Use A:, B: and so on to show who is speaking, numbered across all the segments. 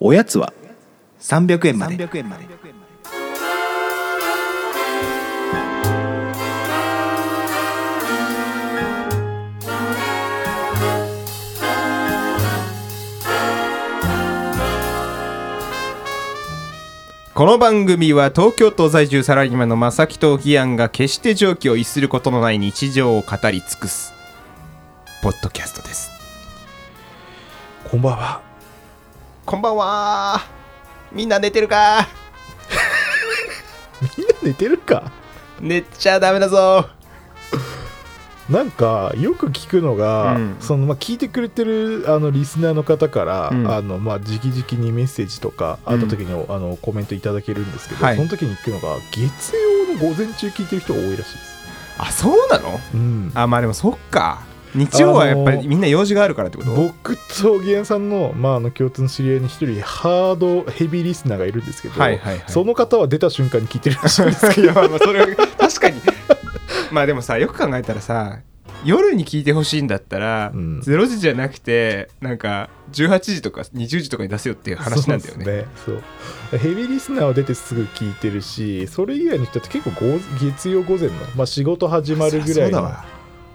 A: おやつは
B: 300円まで
C: 300円まで
D: この番組は東京都在住サラリーマンの正木と義安が決して常軌を逸することのない日常を語り尽くすポッドキャストです
A: こんばんは
D: こんばんはみんな寝てるか
A: 寝てるか
D: 寝ちゃダメだぞ
A: なんかよく聞くのが、
D: うん
A: そのまあ、聞いてくれてるあのリスナーの方から、
D: うん
A: あのまあ、直々にメッセージとかあった時に、あのコメントいただけるんですけど、
D: はい
A: その時に聞くのが月曜の午前中聞いてる人が多いらしいです、
D: あそうなの
A: うん、
D: あまあでもそっか日曜はやっぱりみんな用事があるからってこと
A: 僕とゲンさんの,、まああの共通の知り合いに一人ハードヘビーリスナーがいるんですけど、
D: はいはいはい
A: その方は出た瞬間に聞いてるらしいんですけど
D: いやまあまあそれは確かにまあでもさよく考えたらさ夜に聞いてほしいんだったら、
A: うん
D: 0時じゃなくてなんか18時とか20時とかに出せよっていう話なんだよね
A: そうですねそうヘビーリスナーは出てすぐ聞いてるしそれ以外の人って結構午月曜午前の、まあ、仕事始まるぐ
D: そりゃ
A: ら
D: そう
A: い
D: だ
A: の
D: わ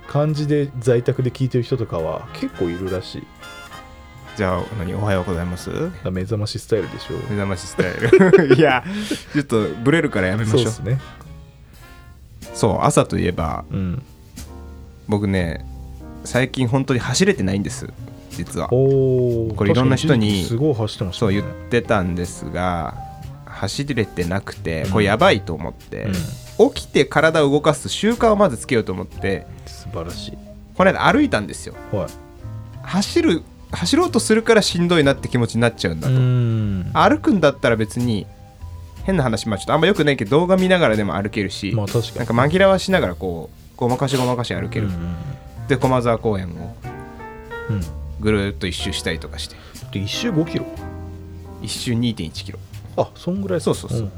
A: 感じで在宅で聞いてる人とかは結構いるらしいだか
D: じゃあ何おはようございます目
A: ら目覚ましスタイルでしょう
D: 覚ましスタイ ルいやちょっとブレるからやめまし
A: そう
D: ょう
A: で
D: そう
A: すね
D: 朝といえば
A: うん
D: 僕ね最近本当に走れてないんです実は
A: おお
D: これいろんな人に
A: すごい走ってました
D: そう
A: ね
D: 言ってたんですが走れてなくてこれやばいと思って、起きて体を動かす習慣をまずつけようと思って
A: 素晴らしい
D: この間歩いたんですよ
A: はい
D: 走る走ろうとするからしんどいなって気持ちになっちゃうんだ
A: う
D: と、
A: ん
D: 歩くんだったら別に変な話まあちょっとあんまよくないけど動画見ながらでも歩けるし、
A: まあ確
D: なん
A: かに
D: か紛らわしながらこうごまかしごまかし歩ける、で駒沢公園を
A: うんうんうん
D: ぐるーっと一周したりとかして
A: で1周5キロ
D: 一周2 1キロ
A: あそんぐらい
D: そうそうそうん
A: ん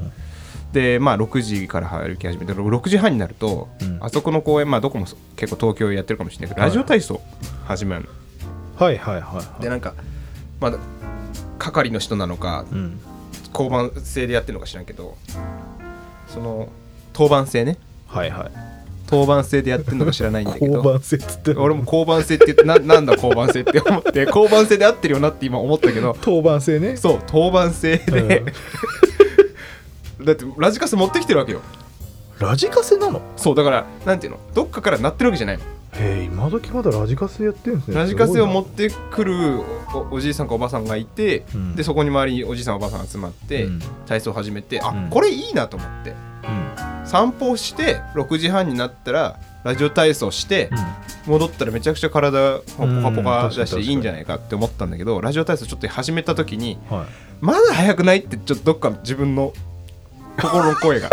D: でまあ6時から歩き始めて6時半になると、
A: うん
D: あそこの公園まあどこもそう結構東京やってるかもしれないけど、
A: はい
D: ラジオ体操始めるの
A: はいはいはいはい
D: でなんかまあ係の人なのか
A: うん
D: 交番制でやってるのか知らんけどその当番制ね
A: はいはい
D: 当番制でやってるのか知らないんだけ
A: 交
D: ど
A: 番制っつって
D: 俺も交番制って言ってななんだ交番制って思って交番制で合ってるよなって今思ったけど
A: 当番制ね
D: そう当番制で、だってラジカセ持ってきてるわけよ
A: ラジカセなの
D: そうだからなんていうのどっかから鳴ってるわけじゃないの
A: へえ今時まだラジカセやってるんですね
D: ラジカセを持
A: っ
D: ってくるおおじいさんかおばさんがいて、
A: うん
D: でそこに周りにおじいさんおばさんが集まって、
A: うん
D: 体操を始めてあ、
A: うん
D: これいいなと思って散歩をして6時半になったらラジオ体操して、戻ったらめちゃくちゃ体ポカポカだし、
A: うん
D: いいんじゃないかって思ったんだけどラジオ体操ちょっと始めた時に
A: はい
D: まだ早くないってちょっとどっか自分の心の 声が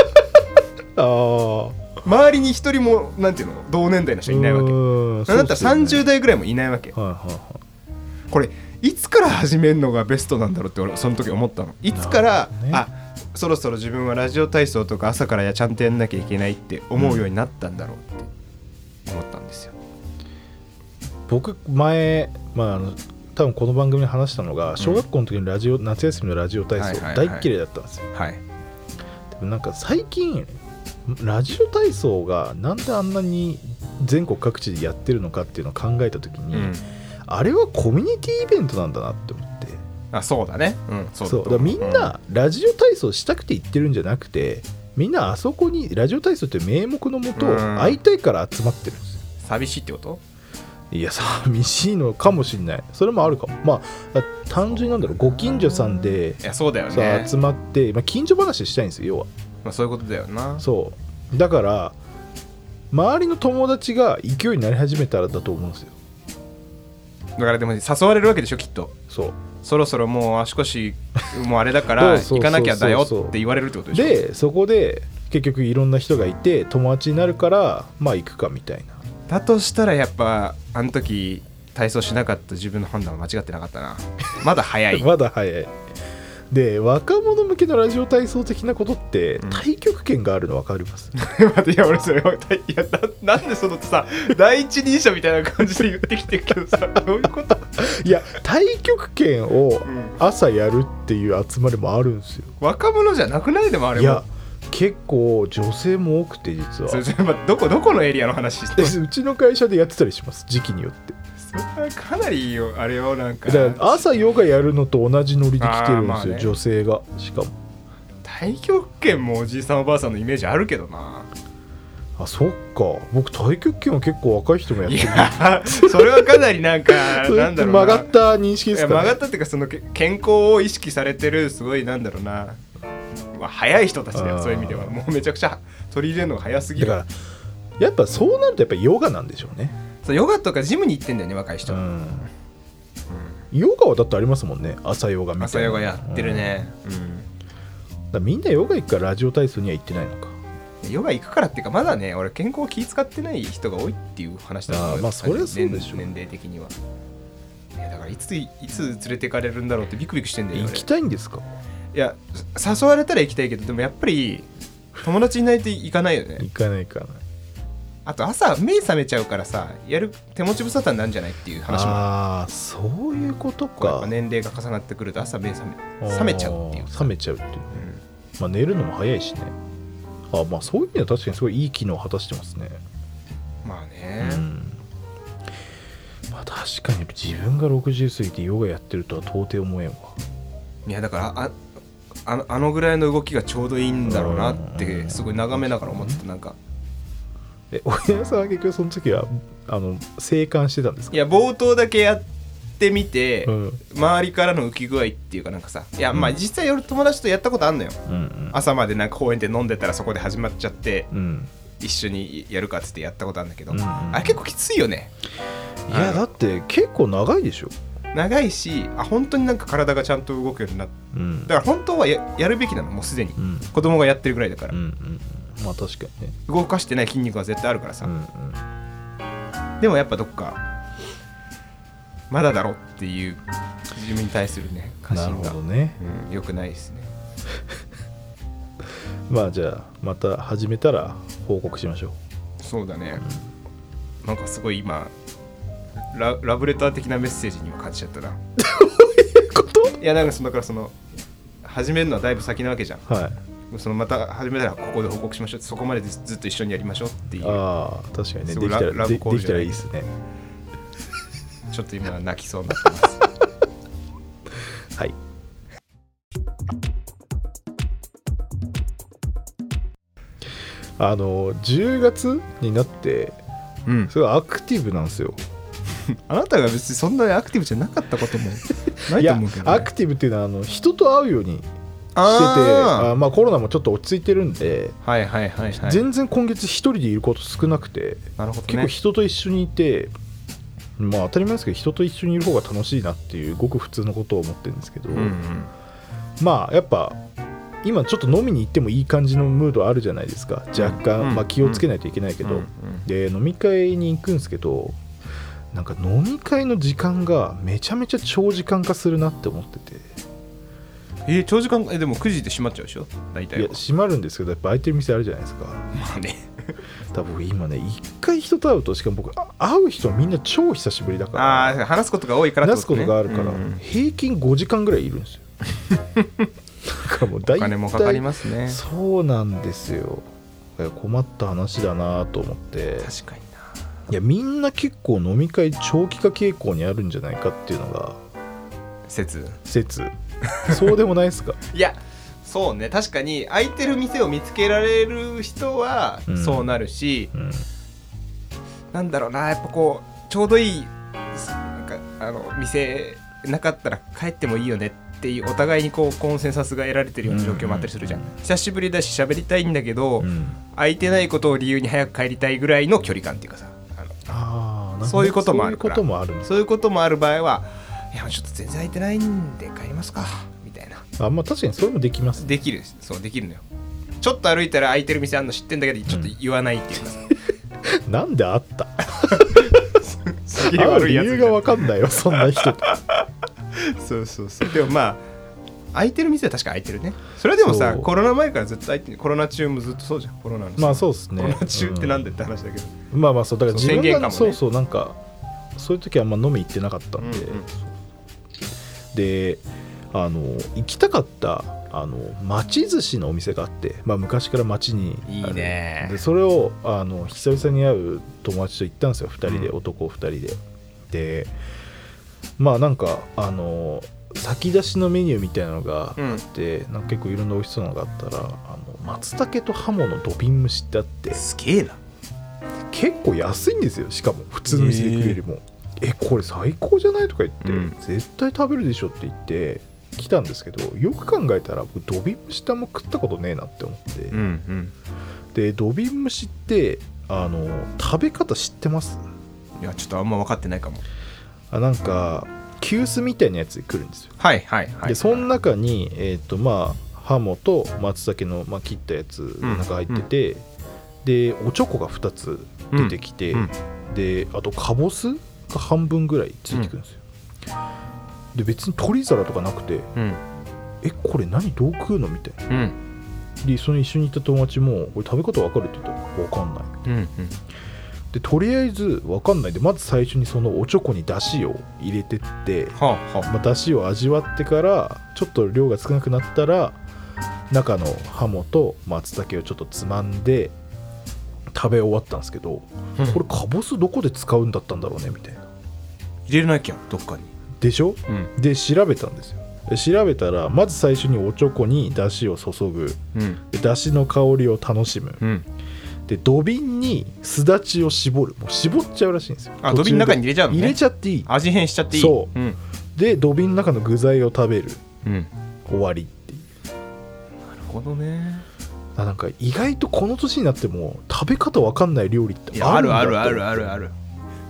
A: ああ
D: 周りに一人もなんていうの同年代の人いないわけ
A: け
D: なんだったら30代ぐらいもいないわけ
A: はいはいはい
D: これいつから始めるのがベストなんだろうって俺その時思ったのいつから、
A: なるほどね
D: あそろそろ自分はラジオ体操とか朝からやちゃんとやんなきゃいけないって思うようになったんだろうって思ったんですよ、
A: 僕前まああの多分この番組で話したのが小学校の時にラジオ、夏休みのラジオ体
D: はい
A: 操
D: はいは
A: 大
D: い
A: っ嫌いだったんですよ、
D: はい
A: でもなんか最近ラジオ体操がなんであんなに全国各地でやってるのかっていうのを考えた時に、
D: うん
A: あれはコミュニティイベントなんだなって思って
D: あそうだねうんそう
A: そう
D: だと
A: だから
D: 思
A: みんなラジオ体操したくて行ってるんじゃなくてみんなあそこにラジオ体操って名目のもと
D: うん
A: 会いたいから集まってるんですよ
D: 寂しいってこと
A: い や寂しいのかもしんないそれもあるかもまあ単純になんだろうご近所さんで
D: いやそうだよ
A: さ
D: ね
A: 集まって、まあ、近所話したいんですよ
D: まあ、そういうことだよな
A: 要はそうだから周りの友達が勢いになり始めたらだと思うんですよ
D: だからでも誘われるわけでしょきっと
A: そう
D: そろそろもう足腰もうあれだから
A: そうそうそうそう
D: 行かなきゃだよって言われるってことでしょ
A: でそこで結局いろんな人がいて友達になるからまあ行くかみたいな
D: だとしたらやっぱあの 時体操しなかった自分の判断は間違ってなかったなまだ早い
A: まだ早い。で若者向けのラジオ体操的なことって
D: うん
A: 対極拳があるの分かります、
D: 待っていや俺それいやななんでそのさ第一人者みたいな感じで言ってきてるけどさどういうこと、
A: いや対極拳を
D: うん、
A: 朝やるっていう集まりもあるんですよ
D: 若者じゃなくないでもあれ
A: い
D: も
A: や結構女性も多くて実は
D: それそれまどこどこのエリアの話して
A: え
D: る
A: うちの会社でやってたりします時期によって
D: それはかなりよあれをなんか
A: だから朝ヨガやるのと同じノリで来てるん
D: あー
A: ですよ、
D: まあね
A: 女性がしかも
D: 太極拳もおじいさんおばあさんのイメージあるけどな
A: あそっか僕太極拳は結構若い人もやっ
D: い
A: てる
D: や それはかなりなんか
A: それ
D: な
A: っ
D: ん
A: て
D: だろう
A: 曲
D: な
A: がった認識
D: い
A: です
D: や
A: か
D: 曲
A: ね
D: がったっていうかそのけ健康を意識されてるすごいなんだろうな、まあ、早い人たちだ
A: あ
D: よ
A: ー
D: そういう意味ではもうめちゃくちゃ取り入れるのが早すぎ
A: だ
D: る
A: からやっぱそうなるとやっぱヨガなんでしょうね、
D: そうヨガとかジムに行ってんだよね若い人、
A: うんヨガはだってありますもんね朝ヨガみたいな
D: 朝ヨガやってる、ね、
A: うんだからみんなヨガ行くからラジオ体操には行ってないのか
D: うんヨガ行くからっていうかまだね俺健康気使ってない人が多いっていう話だと思
A: あーまあそれはそうでしょう
D: 年年齢的には、ね、だからいついつ連れてかれるんだろうってビクビクしてんだよ
A: 行
D: 俺
A: きたいんですか
D: いや誘われたら行きたいけどでもやっぱり友達いないと行かないよね
A: 行かない行かない
D: あと朝目覚めちゃうからさやる手持ち無沙汰になるんじゃないっていう話も
A: ああそういうこと
D: こうやっ
A: か
D: ぱ年齢が重なってくると朝目覚
A: あ
D: め
A: ー
D: 冷めちゃうっていう、
A: 冷めちゃうっていうね、
D: うん
A: まあ、寝るのも早いしねあまあそういう意味では確かにすごいいい機能を果たしてますね
D: まあ
A: う
D: ね、
A: んまあ確かに自分が60過ぎてヨガやってるとは到底思えんわ
D: いやだからああのあのぐらいの動きがちょうどいいんだろうなっ
A: う
D: て
A: ん
D: すごい眺めながら思ってたなんか
A: え親さんは結局その時はあの生還してたんですか
D: いや冒頭だけやってみて、
A: うん
D: 周りからの浮き具合っていうかなんかさいやまあ
A: うん
D: 実際俺友達とやったことあんのよ
A: うんうん
D: 朝までなんか公園で飲んでたらそこで始まっちゃって
A: うん
D: 一緒にやるかっつってやったことあるんだけど、
A: うんうん
D: あれ結構きついよね
A: いやだって結構長いでしょ
D: 長いしあ本当になんか体がちゃんと動くようになって
A: うん
D: だから本当はややるべきなのもうすでに
A: うん
D: 子供がやってるぐらいだから、
A: うんうんまあ確かにね
D: 動かしてない筋肉は絶対あるからさ、
A: うんうん
D: でもやっぱどっかまだだろっていう自分に対するね過
A: なる
D: 信
A: ほ
D: が
A: ど、ね
D: うん、よくないですね
A: まあじゃあまた始めたら報告しましょう
D: そうだね、なんかすごい今ララブレター的なメッセージにも感じちゃった な
A: こと
D: いやなんかそのだからその始めるのはだいぶ先なわけじゃん
A: はい
D: そのまた始めたらここで報告しましょうそこまでずずっと一緒にやりましょうっていう
A: ああ確かにね
D: すご
A: で
D: い
A: きた
D: ラ
A: ら
D: ラブ
A: で
D: コール
A: で
D: じゃ
A: きた
D: な
A: ら
D: い
A: いいですね
D: ちょっと今泣きそうになってます
A: はいあの10月になって
D: うん、
A: すごいアクティブなんですよ
D: あなたが別にそんなにアクティブじゃなかったこともないと
A: いや
D: 思うけど、ね、
A: アクティブっていうのはあの人と会うようにしてて
D: あ
A: あまあ、コロナもちょっと落ち着いてるんで、
D: ーはいはいはいはい
A: 全然今月一人でいること少なくて
D: なるほど
A: 結構
D: ね
A: 人と一緒にいて、まあ当たり前ですけど人と一緒にいる方が楽しいなっていうごく普通のことを思ってるんですけど、
D: うんうん
A: まあやっぱ今ちょっと飲みに行ってもいい感じのムードあるじゃないですか若干、
D: うん
A: まあ、気をつけないといけないけど、
D: うんうん
A: で飲み会に行くんですけどなんか飲み会の時間がめちゃめちゃ長時間化するなって思ってて
D: えー長時間えでも9時で閉まっちゃうでしょ大体
A: いや
D: は
A: 閉まるんですけどやっぱ空いてる店あるじゃないですか
D: まあね
A: 多分僕今ね一回人と会うとしかも僕あ会う人みんな超久しぶりだから
D: ああ話すことが多いから
A: 話すことがあるから、
D: うんうん
A: 平均5時間ぐらいいるん ですよなんかもう
D: お
A: 大
D: 金もかかり
A: 体
D: ますね
A: そうなんですよいや困った話だなと思って
D: 確かにない
A: やみんな結構飲み会長期化傾向にあるんじゃないかっていうのが
D: 説
A: 説そうでもないですか
D: いやそうね確かに空いてる店を見つけられる人は
A: うん
D: そうなるし、
A: うん
D: なんだろうなやっぱこうちょうどいいすなんかあの店なかったら帰ってもいいよねっていうお互いにこうコンセンサスが得られてるような状況もあったりするじゃん、
A: うんうん
D: 久しぶりだし喋りたいんだけど、
A: うん
D: 空いてないことを理由に早く帰りたいぐらいの距離感っていうかさあの
A: あーなるほど
D: そういうこともある
A: そう
D: か
A: いう
D: ら
A: こともあるんです
D: そういうこともある場合はいやちょっと全然空いてないんで帰りますかみたいな
A: あまあ確かにそれもできます
D: できるそうできるのよちょっと歩いたら空いてる店あんの知ってんだけどちょっと言わないっていうかさ、
A: なんであった
D: すげえ
A: 会う
D: 悪い
A: 理
D: やつみたい
A: 由が
D: な
A: 分かんないよそんな人と
D: そうそうそうでもまあ空いてる店は確か空いてるねそれはでもさ
A: そう
D: コロナ前からずっと空いてるコロナ中もずっとそうじゃんコロナのさ
A: まあそうですね
D: コロナ中ってなんでって話だけど、
A: うんまあまあそうだから自分
D: そう宣言か
A: が、
D: もね
A: そうそうなんかそういう時はあんま飲み行ってなかったんで、
D: うんうん
A: であの行きたかったあの町寿司のお店があって、まあ、昔から町に
D: い
A: あ
D: い
A: る
D: ね
A: でそれをあの久々に会う友達と行ったんですよ2人で、
D: うん
A: 男2人ででまあなんかあの先出しのメニューみたいなのが
D: うん
A: あって、なんか結構いろんな美味しそうなのがあったらあの松茸とハモの土瓶蒸しってあって
B: すげえな
A: 結構安いんですよしかも普通の店で食うよりも「えこれ最高じゃない?」とか言って、
D: うん
A: 絶対食べるでしょ」って言って来たんですけどよく考えたら僕土瓶蒸しってあんま食ったことねえなって思って、
D: うんうん
A: で土瓶蒸しってあの食べ方知ってます
D: いやちょっとあんま分かってないかも
A: あなんか急須みたいなやつで来るんですよ、
D: はいはいはい
A: でその中にえっ、とまあハモと松茸の、まあ、切ったやつ
D: ん
A: なんか入ってて、でおちょこが2つ出てきて、
D: うん
A: であとかぼすが半分ぐらいついてくるんですよ、で別に取り皿とかなくて
D: うん
A: 「えこれ何どう食うの?」みたいな
D: うん
A: でその一緒に行った友達も「これ食べ方わかる?」って言ったら「わかんない」
D: うん
A: でとりあえずわかんないでまず最初にそのおちょこにだしを入れてって、
D: はあは
A: まあ、だしを味わってからちょっと量が少なくなったら中のハモと松茸をちょっとつまんで食べ終わったんですけど、
D: あ、
A: これかぼすどこで使うんだったんだろうねみたいな
D: 入れなきゃどっかに
A: でしょ
D: うん
A: で調べたんですよで調べたらまず最初におちょこにだしを注ぐ
D: うん
A: でだしの香りを楽しむ
D: うん
A: で土瓶にすだちを絞るもう絞っちゃうらしいんですよ
D: あ土
A: 途中で
D: 瓶の中に入れちゃうのね
A: 入れちゃっていい
D: 味変しちゃっていい、
A: そう
D: うん
A: で土瓶の中の具材を食べる
D: うん、な
A: 終わりっていう
D: るほどね
A: あなんか意外とこの年になっても食べ方わかんない料理って
D: いや
A: あ
D: あ
A: るん
D: る
A: だ
D: あ
A: って
D: るあるあるある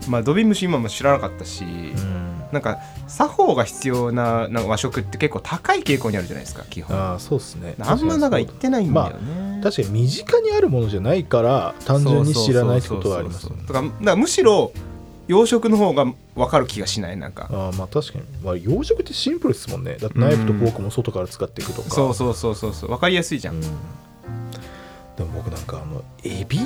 D: まあ土瓶蒸し今も知らなかったし、
A: うん
D: なんか作法が必要ななんか和食って結構高い傾向にあるじゃないですか基本あ
A: ああそうですね
D: んまなんか言ってないんだよね、
A: 確かに身近にあるものじゃないから単純に知らないってことはあります
D: そ
A: よ
D: う
A: ね
D: そうそうそうだからだからむしろ洋食の方が分かる気がしないなんか
A: ああまあ確かに、まあ、洋食ってシンプルですもんねだってナイフとフォークも外から使っていくとか
D: そうそうそうそうそう分かりやすいじゃん、
A: う
D: うんん
A: でも僕なんかあのエビ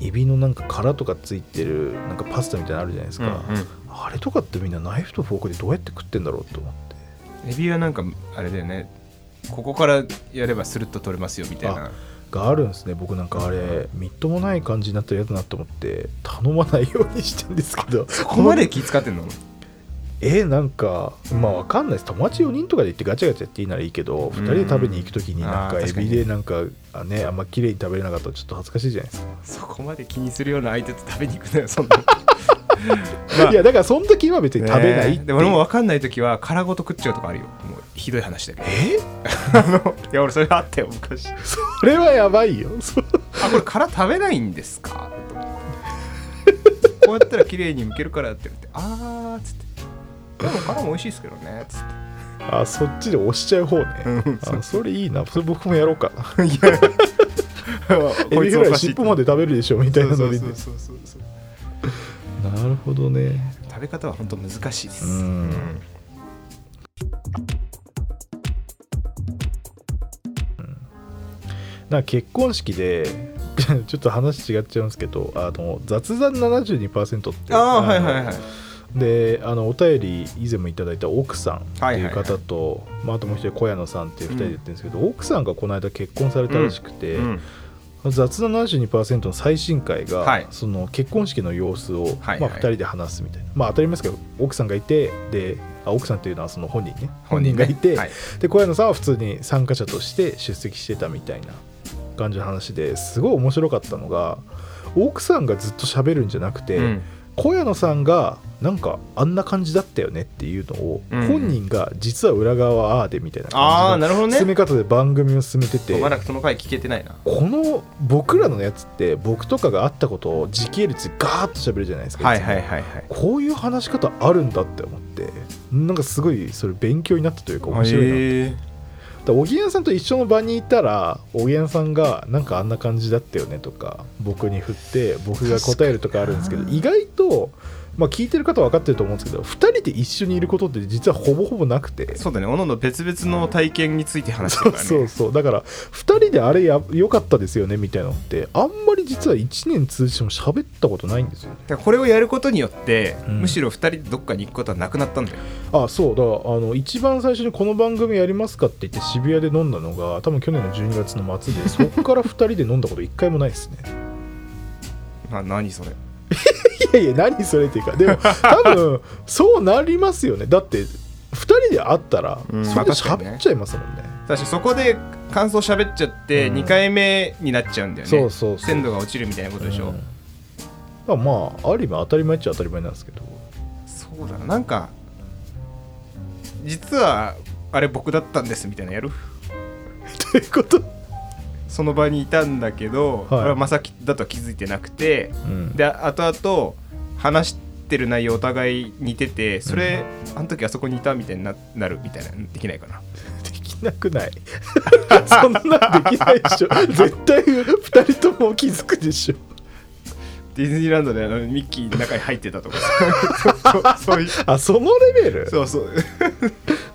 A: エビのなんか殻とかついてるなんかパスタみたいなのあるじゃないです
D: うん
A: か、あれとかってみんなナイフとフォークでどうやって食ってんだろうと思って
D: うん、エビはなんかあれだよねここからやればスルッと取れますよみたいな
A: があるんですね僕なんかあれみっともない感じになったら嫌だなと思って頼まないようにしてんですけど
D: そこまで気使ってんの
A: えーなんかまあわかんないです友達4人とかで行ってガチャガチャやっていいならいいけど2人で食べに行く時になん
D: あ
A: か
D: ー
A: エ
D: 確か
A: ビ
D: に
A: でなんかあねあんま綺麗に食べれなかったらちょっと恥ずかしいじゃないですか、
D: そこまで気にするような相手と食べに行くのよそんな まあ
A: いやだからその時は別に食べないっていう
D: ねえでも俺も分かんない時は殻ごと食っちゃうとかあるよもうひどい話だ けど
A: え
D: あのいや俺それあったよ昔あ
A: それはやばいよ そう
D: これ殻食べないんです かと思ってこうやったら綺麗に剥けるからって言ってあーっつってでも殻も美味しいですけどねっつって
A: あそっちで押しちゃう方ねあそれいいなそれ僕もやろ うかなエビフライ尻尾ま
D: で
A: で食べるでしょみたいな
D: そ
A: の
D: う
A: で
D: そうそうそうそう
A: なるほどね
D: 食べ方は本当難しいです
A: うん
D: うん
A: なんか結婚式で ちょっと話違っちゃうんですけどあの雑談72%って
D: ああ
A: の
D: はいはいはい
A: であのお便り以前もいただいた奥さんって
D: はい
A: い
D: は
A: う
D: いはい
A: 方と、まあ、あともう一人小屋野さんっていう2人でやってるんですけど、奥さんがこの間結婚されたらしくて、
D: うん
A: 雑談72%の最新回が、
D: はい
A: その結婚式の様子を、
D: はい
A: まあ、
D: はい
A: 2人で話すみたいな、まあ、当たり前ですけど奥さんがいてであ奥さんというのはその本人ね
D: 本人ね
A: がいて、
D: はい
A: で小谷さんは普通に参加者として出席してたみたいな感じの話ですごい面白かったのが奥さんがずっと喋るんじゃなくて、
D: うん
A: 小谷野さんがなんかあんな感じだったよねっていうのを、
D: うん
A: 本人が実は裏側はああでみたいな
D: ああ
A: 感じ
D: なるほど
A: の
D: ね
A: 進め方で番組を進めてて、
D: まだその回聞けてないな
A: この僕らのやつって僕とかがあったことを時系列でガーッと喋るじゃないですか、
D: はい
A: つも
D: はいはいはい
A: こういう話し方あるんだって思ってなんかすごいそれ勉強になったというか面白いな、
D: へー
A: だからおぎやんさんと一緒の場にいたらおぎやんさんがなんかあんな感じだったよねとか僕に振って僕が答えるとかあるんですけど
D: 確か
A: 意外とまあ聞いてる方は分かってると思うんですけど2人で一緒にいることって実はほぼほぼなくて
D: そうだねおのの別々の体験について話して
A: そ
D: る
A: う
D: からね
A: そうそうだから2人であれや良かったですよねみたいなのってあんまり実は1年通じても喋ったことないんですよね
D: だからこれをやることによって、
A: うん
D: むしろ2人でどっかに行くことはなくなったんだよ
A: あそうだからあの一番最初にこの番組やりますかって言って渋谷で飲んだのが多分去年の12月の末でそこから2人で飲んだこと1回もないですね
D: な何それ
A: いやいや何それっていうかでも多分そうなりますよねだって2人で会ったら
D: うん
A: それで
D: まあ確かにね
A: 喋っちゃいますもんね,、
D: 確かそこで感想喋っちゃって
A: うん
D: 2回目になっちゃうんだよね、
A: そうそうそう
D: 鮮度が落ちるみたいなことでしょ、
A: うんだからまあある意味当たり前っちゃ当たり前なん ですけど
D: そうだななんか実はあれ僕だったんですみたいなのやる
A: ということ、
D: その場にいたんだけど、
A: はい
D: 俺はまさきだとは気づいてなくて
A: うん、
D: で後々話してる内容お互い似ててそれ、あの時あそこにいたみたいにななるみたいなできないかな
A: できなくない そんなんできないでしょ絶対2人とも気づくでしょ
D: ディズニーランドであのミッキーの中に入ってたとか そうそうそういう
A: あそのレベル
D: そうそう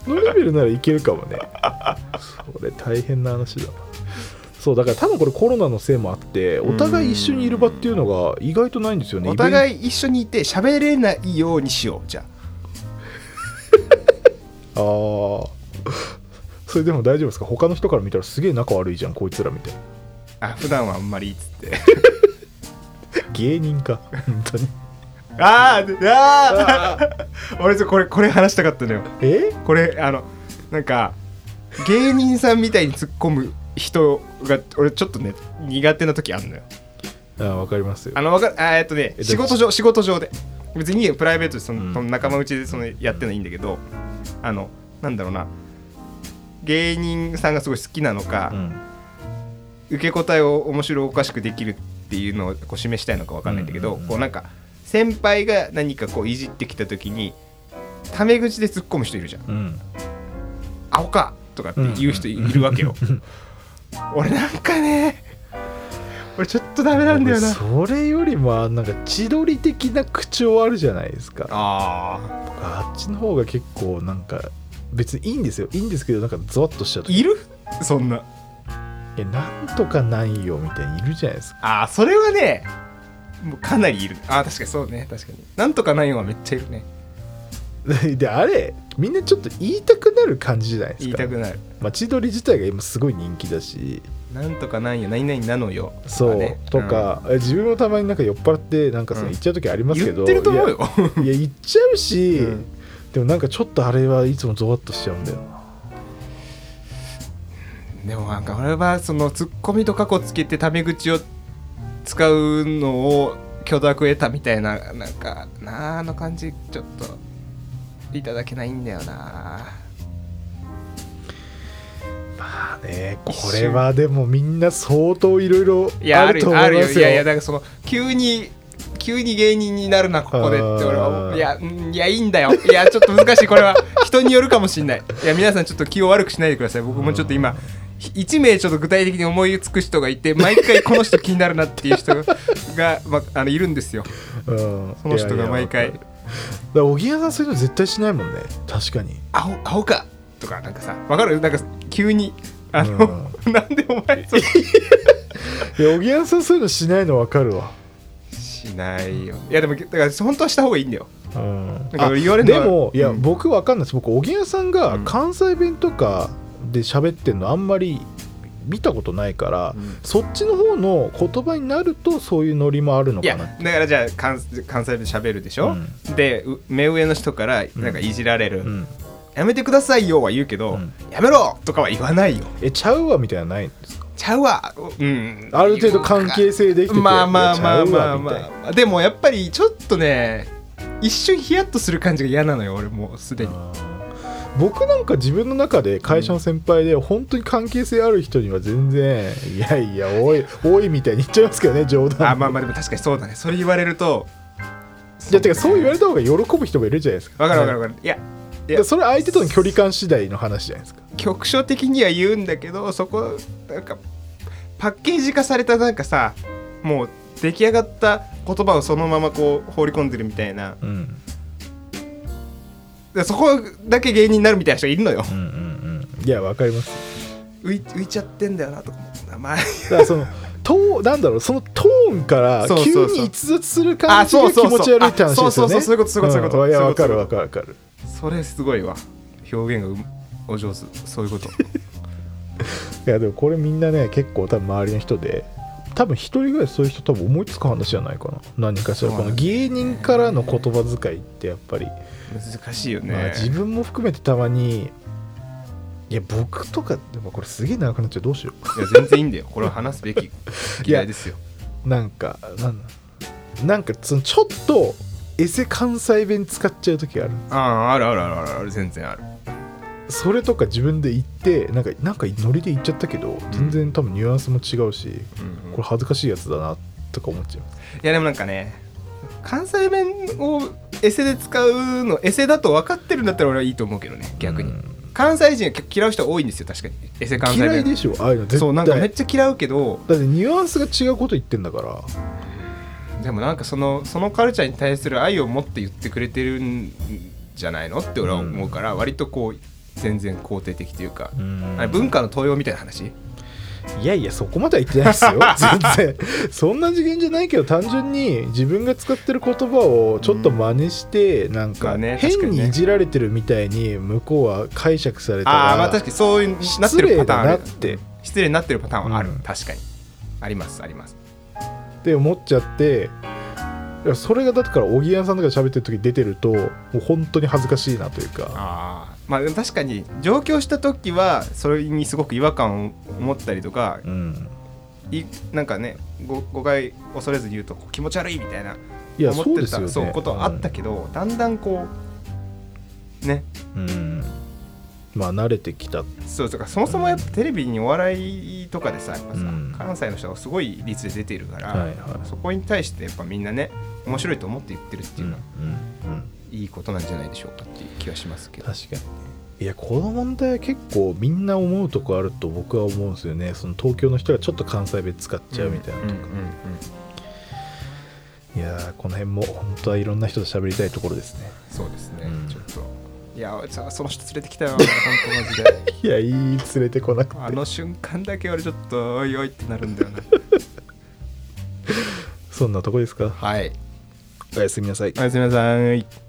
A: そのレベルならいけるかもねそれ大変な話だなそうだから多分これコロナのせいもあってお互い一緒にいる場っていうのが意外とないんですよね
D: お
A: い
D: 互い一緒にいて喋れないようにしようじゃあ
A: ああーそれでも大丈夫ですか他の人から見たらすげえ仲悪いじゃんこいつらみたいな
D: あ普段はあんまりっつって
A: 芸人か本 当に
D: あーであー俺ちょこれこれ話したかったのよ
A: え
D: これあのなんか芸人さんみたいに突っ込む人が俺ちょっとね苦手な時あんのよ
A: あわかりますよ
D: あのわかるあーえっとね
A: え
D: 仕事上仕事上で別にプライベートでその,、
A: うん
D: その仲間内でそのやってのはいいんだけどあのなんだろうな芸人さんがすごい好きなのか、
A: うん
D: 受け答えを面白おかしくできるっていうのをこう示したいのかわかんないんだけど、
A: うんうんうん
D: こうなんか先輩が何かこういじってきた時にタメ口で突っ込む人いるじゃん
A: うん
D: 「アホか!」とかって言う人いるわけよ、俺なんかね俺ちょっとダメなんだよな
A: それよりもなんか千鳥的な口調あるじゃないですか
D: あ
A: あっちの方が結構なんか別にいいんですよいいんですけどなんかゾワッとしちゃう
D: ーいるそんな
A: えなんとかないよみたいにいるじゃないですか
D: ああそれはねもうかなりいるああ確かにそうね確かになんとかないのはめっちゃいるね
A: であれみんなちょっと言いたくなる感じじゃないですか
D: 言いたくなる
A: まあ千鳥自体が今すごい人気だし
D: なんとかなんよ何々なのよ
A: そう、と、か、え自分もたまになんか酔っ払ってなんかその
D: うん
A: 言っちゃう時あり
D: ね
A: ま
D: うん
A: すけ
D: 言
A: ど、
D: ってると思うよ
A: いやいや言っちゃうし、
D: うん
A: でもなんかちょっとあれはいつもゾワッとしちゃうんだよ な
D: でもなんか俺はそのツッコミと過去つけてタメ口を使うのを許諾得たみたいななんかなああの感じちょっといただけないんだよな
A: まあねこれはでもみんな相当いろいろ
D: いや
A: あ
D: あ
A: る
D: る
A: と
D: よ
A: 思い
D: あ
A: ま
D: るよ
A: す
D: いやいや
A: よ
D: だからその急に急に芸人になるなここでって俺
A: あ
D: は
A: ー
D: いやうんいやいいんだよいやちょっと難しいこれは 人によるかもしんないいや皆さんちょっと気を悪くしないでください僕もちょっと今1名ちょっと具体的に思いつく人がいて毎回この人気になるなっていう人が、まあ、あのいるんですよ
A: うん
D: その人が毎
A: いや
D: 回
A: いやだから荻原さんそういうの絶対しないもんね確かに
D: 「アホアホか!」とかなんかさわかるなんか急にあの、 なんでお前それ
A: いや荻原さんそういうのしないの分かるわ
D: しないよいやでもだから本当はした方がいいんだよ
A: うん
D: なんか
A: あ
D: 言われるの
A: で
D: は
A: もいや、
D: うん
A: 僕分かんないです僕荻原さんが
D: うん
A: 関西弁とかで喋ってるのあんまり見たことないから、
D: うん
A: そっちの方の言葉になるとそういうノリもあるの
D: い
A: か
D: や
A: なって
D: だからじゃあ関関西弁喋るでしょ、
A: う
D: でう目上の人からなんかいじられる「
A: うん
D: やめてくださいよ」は言うけど「
A: うん
D: やめろ!」とかは言わないよ
A: えちゃうわみたいなのないんですか
D: 「ちゃうわ!」うん
A: ある程度関係性できてて
D: まあまあまあまあ
A: いやちゃうわみたいな
D: まあでもやっぱりちょっとね一瞬ヒヤッとする感じが嫌なのよ俺もうすでに
A: 僕なんか自分の中で会社の先輩で本当に関係性ある人には全然いやいやおいおいみたいに言っちゃいますけどね冗談で
D: あまあまあでも確かにそうだねそれ言われると
A: いやてかそう言われた方が喜ぶ人もいるじゃないですか
D: わかるわか
A: る
D: るわかるいやい
A: で
D: や
A: それは相手との距離感次第の話じゃないですか
D: 局所的には言うんだけどそこなんかパッケージ化されたなんかさもう出来上がった言葉をそのままこう放り込んでるみたいな
A: うん
D: でそこだけ芸人になるみたいな人がいるのよ
A: うんうんうんいやわかります
D: 浮い浮いちゃってんだよなとか思ってまあ
A: だからそ のとなんだろうそのトーンから
D: そうそう
A: 急
D: そう
A: に逸脱する感じ
D: あ
A: が
D: そう
A: 気
D: そうそう
A: 持ち悪いって話ですよね
D: あそうそうそうそういうことそういうことそういうこと
A: んい
D: そ
A: や
D: ういう
A: わ
D: こと
A: かるわかるわかる
D: それすごいわ表現がうお上手そういうこと
A: いやでもこれみんなね結構多分周りの人で多分一人ぐらいそういう人多分思いつく話じゃないかな何かしらこ
D: そうだ
A: の
D: ね
A: 芸人からの言葉遣いってやっぱり、
D: 難しいよね、
A: まあ、自分も含めてたまにいや僕とかでもこれすげえ長くなっちゃうどうしよ
D: いや全然いいんだよこれは話すべき議題ですよ
A: うなんかなんなんかそのちょっとエセ関西弁使っちゃう時がある
D: あああるあるあるあるある全然ある
A: それとか自分で言ってなんかなんかノリで言っちゃったけど全然多分ニュアンスも違うし、
D: うんうん
A: これ恥ずかしいやつだなとか思っちゃう
D: いやでもなんかね関西弁をエセで使うのエセだと分かってるんだったら俺はいいと思うけどね逆に、
A: うん
D: 関西人が嫌う人多いんですよ確かにエセ関西
A: 嫌い
D: 弁
A: でしょああいうの絶対
D: そうなんかめっちゃ嫌うけど
A: だってニュアンスが違うこと言ってんだから
D: でもなんかそのそのカルチャーに対する愛を持って言ってくれてるんじゃないのって俺は思うから、割とこう全然肯定的というか、あれ文化の登用みたいな話
A: いやいやそこまでは言ってないで すよ全然そんな次元じゃないけど単純に自分が使ってる言葉をちょっと真似して、なん
D: まあ
A: か
D: ね確か
A: 変
D: にね
A: にいじられてるみたいに向こうは解釈された
D: ああ
A: ら
D: まあ確かにそういうなって
A: 失
D: る
A: 礼
D: パターン
A: だ
D: ある
A: なって
D: 失礼になってるパターンはある、
A: うん
D: 確かにありますあります
A: って思っちゃっていやそれがだってからおぎやんさんとか喋ってる時出てるともう本当に恥ずかしいなというか
D: あーまあでも確かに上京した時はそれにすごく違和感を持ったりとか
A: うん
D: いなんかねご誤解恐れずに言うとこう気持ち悪いみたいない
A: や
D: 思っ
A: そう
D: て
A: です
D: た
A: よね
D: そうことあったけど、だんだんこうね
A: うんまあ慣れてきた
D: そうとかそもそもやっぱテレビにお笑いとかでさやっぱさ、
A: うん
D: 関西の人がすごい率で出てるから、
A: はいはい
D: そこに対してやっぱみんなね面白いと思って言ってるっていうのは、
A: うんうん
D: いいことなんじゃないでしょうかっていう気がしますけど。
A: 確かにいやこの問題は結構みんな思うとこあると僕は思うんですよねその東京の人がちょっと関西弁使っちゃうみたいなとか、
D: うんうんうんうん
A: いやーこの辺も本当はいろんな人と喋りたいところですね
D: そうですね、
A: うん
D: ちょっといやそその人連れてきた よ本当マジで
A: いやいい連れてこなく
D: あ
A: て
D: の瞬間だけ俺ちょっとおいおいってなるんだよな
A: そんなとこですか
D: はい
A: おやすみなさい
D: おやすみなさい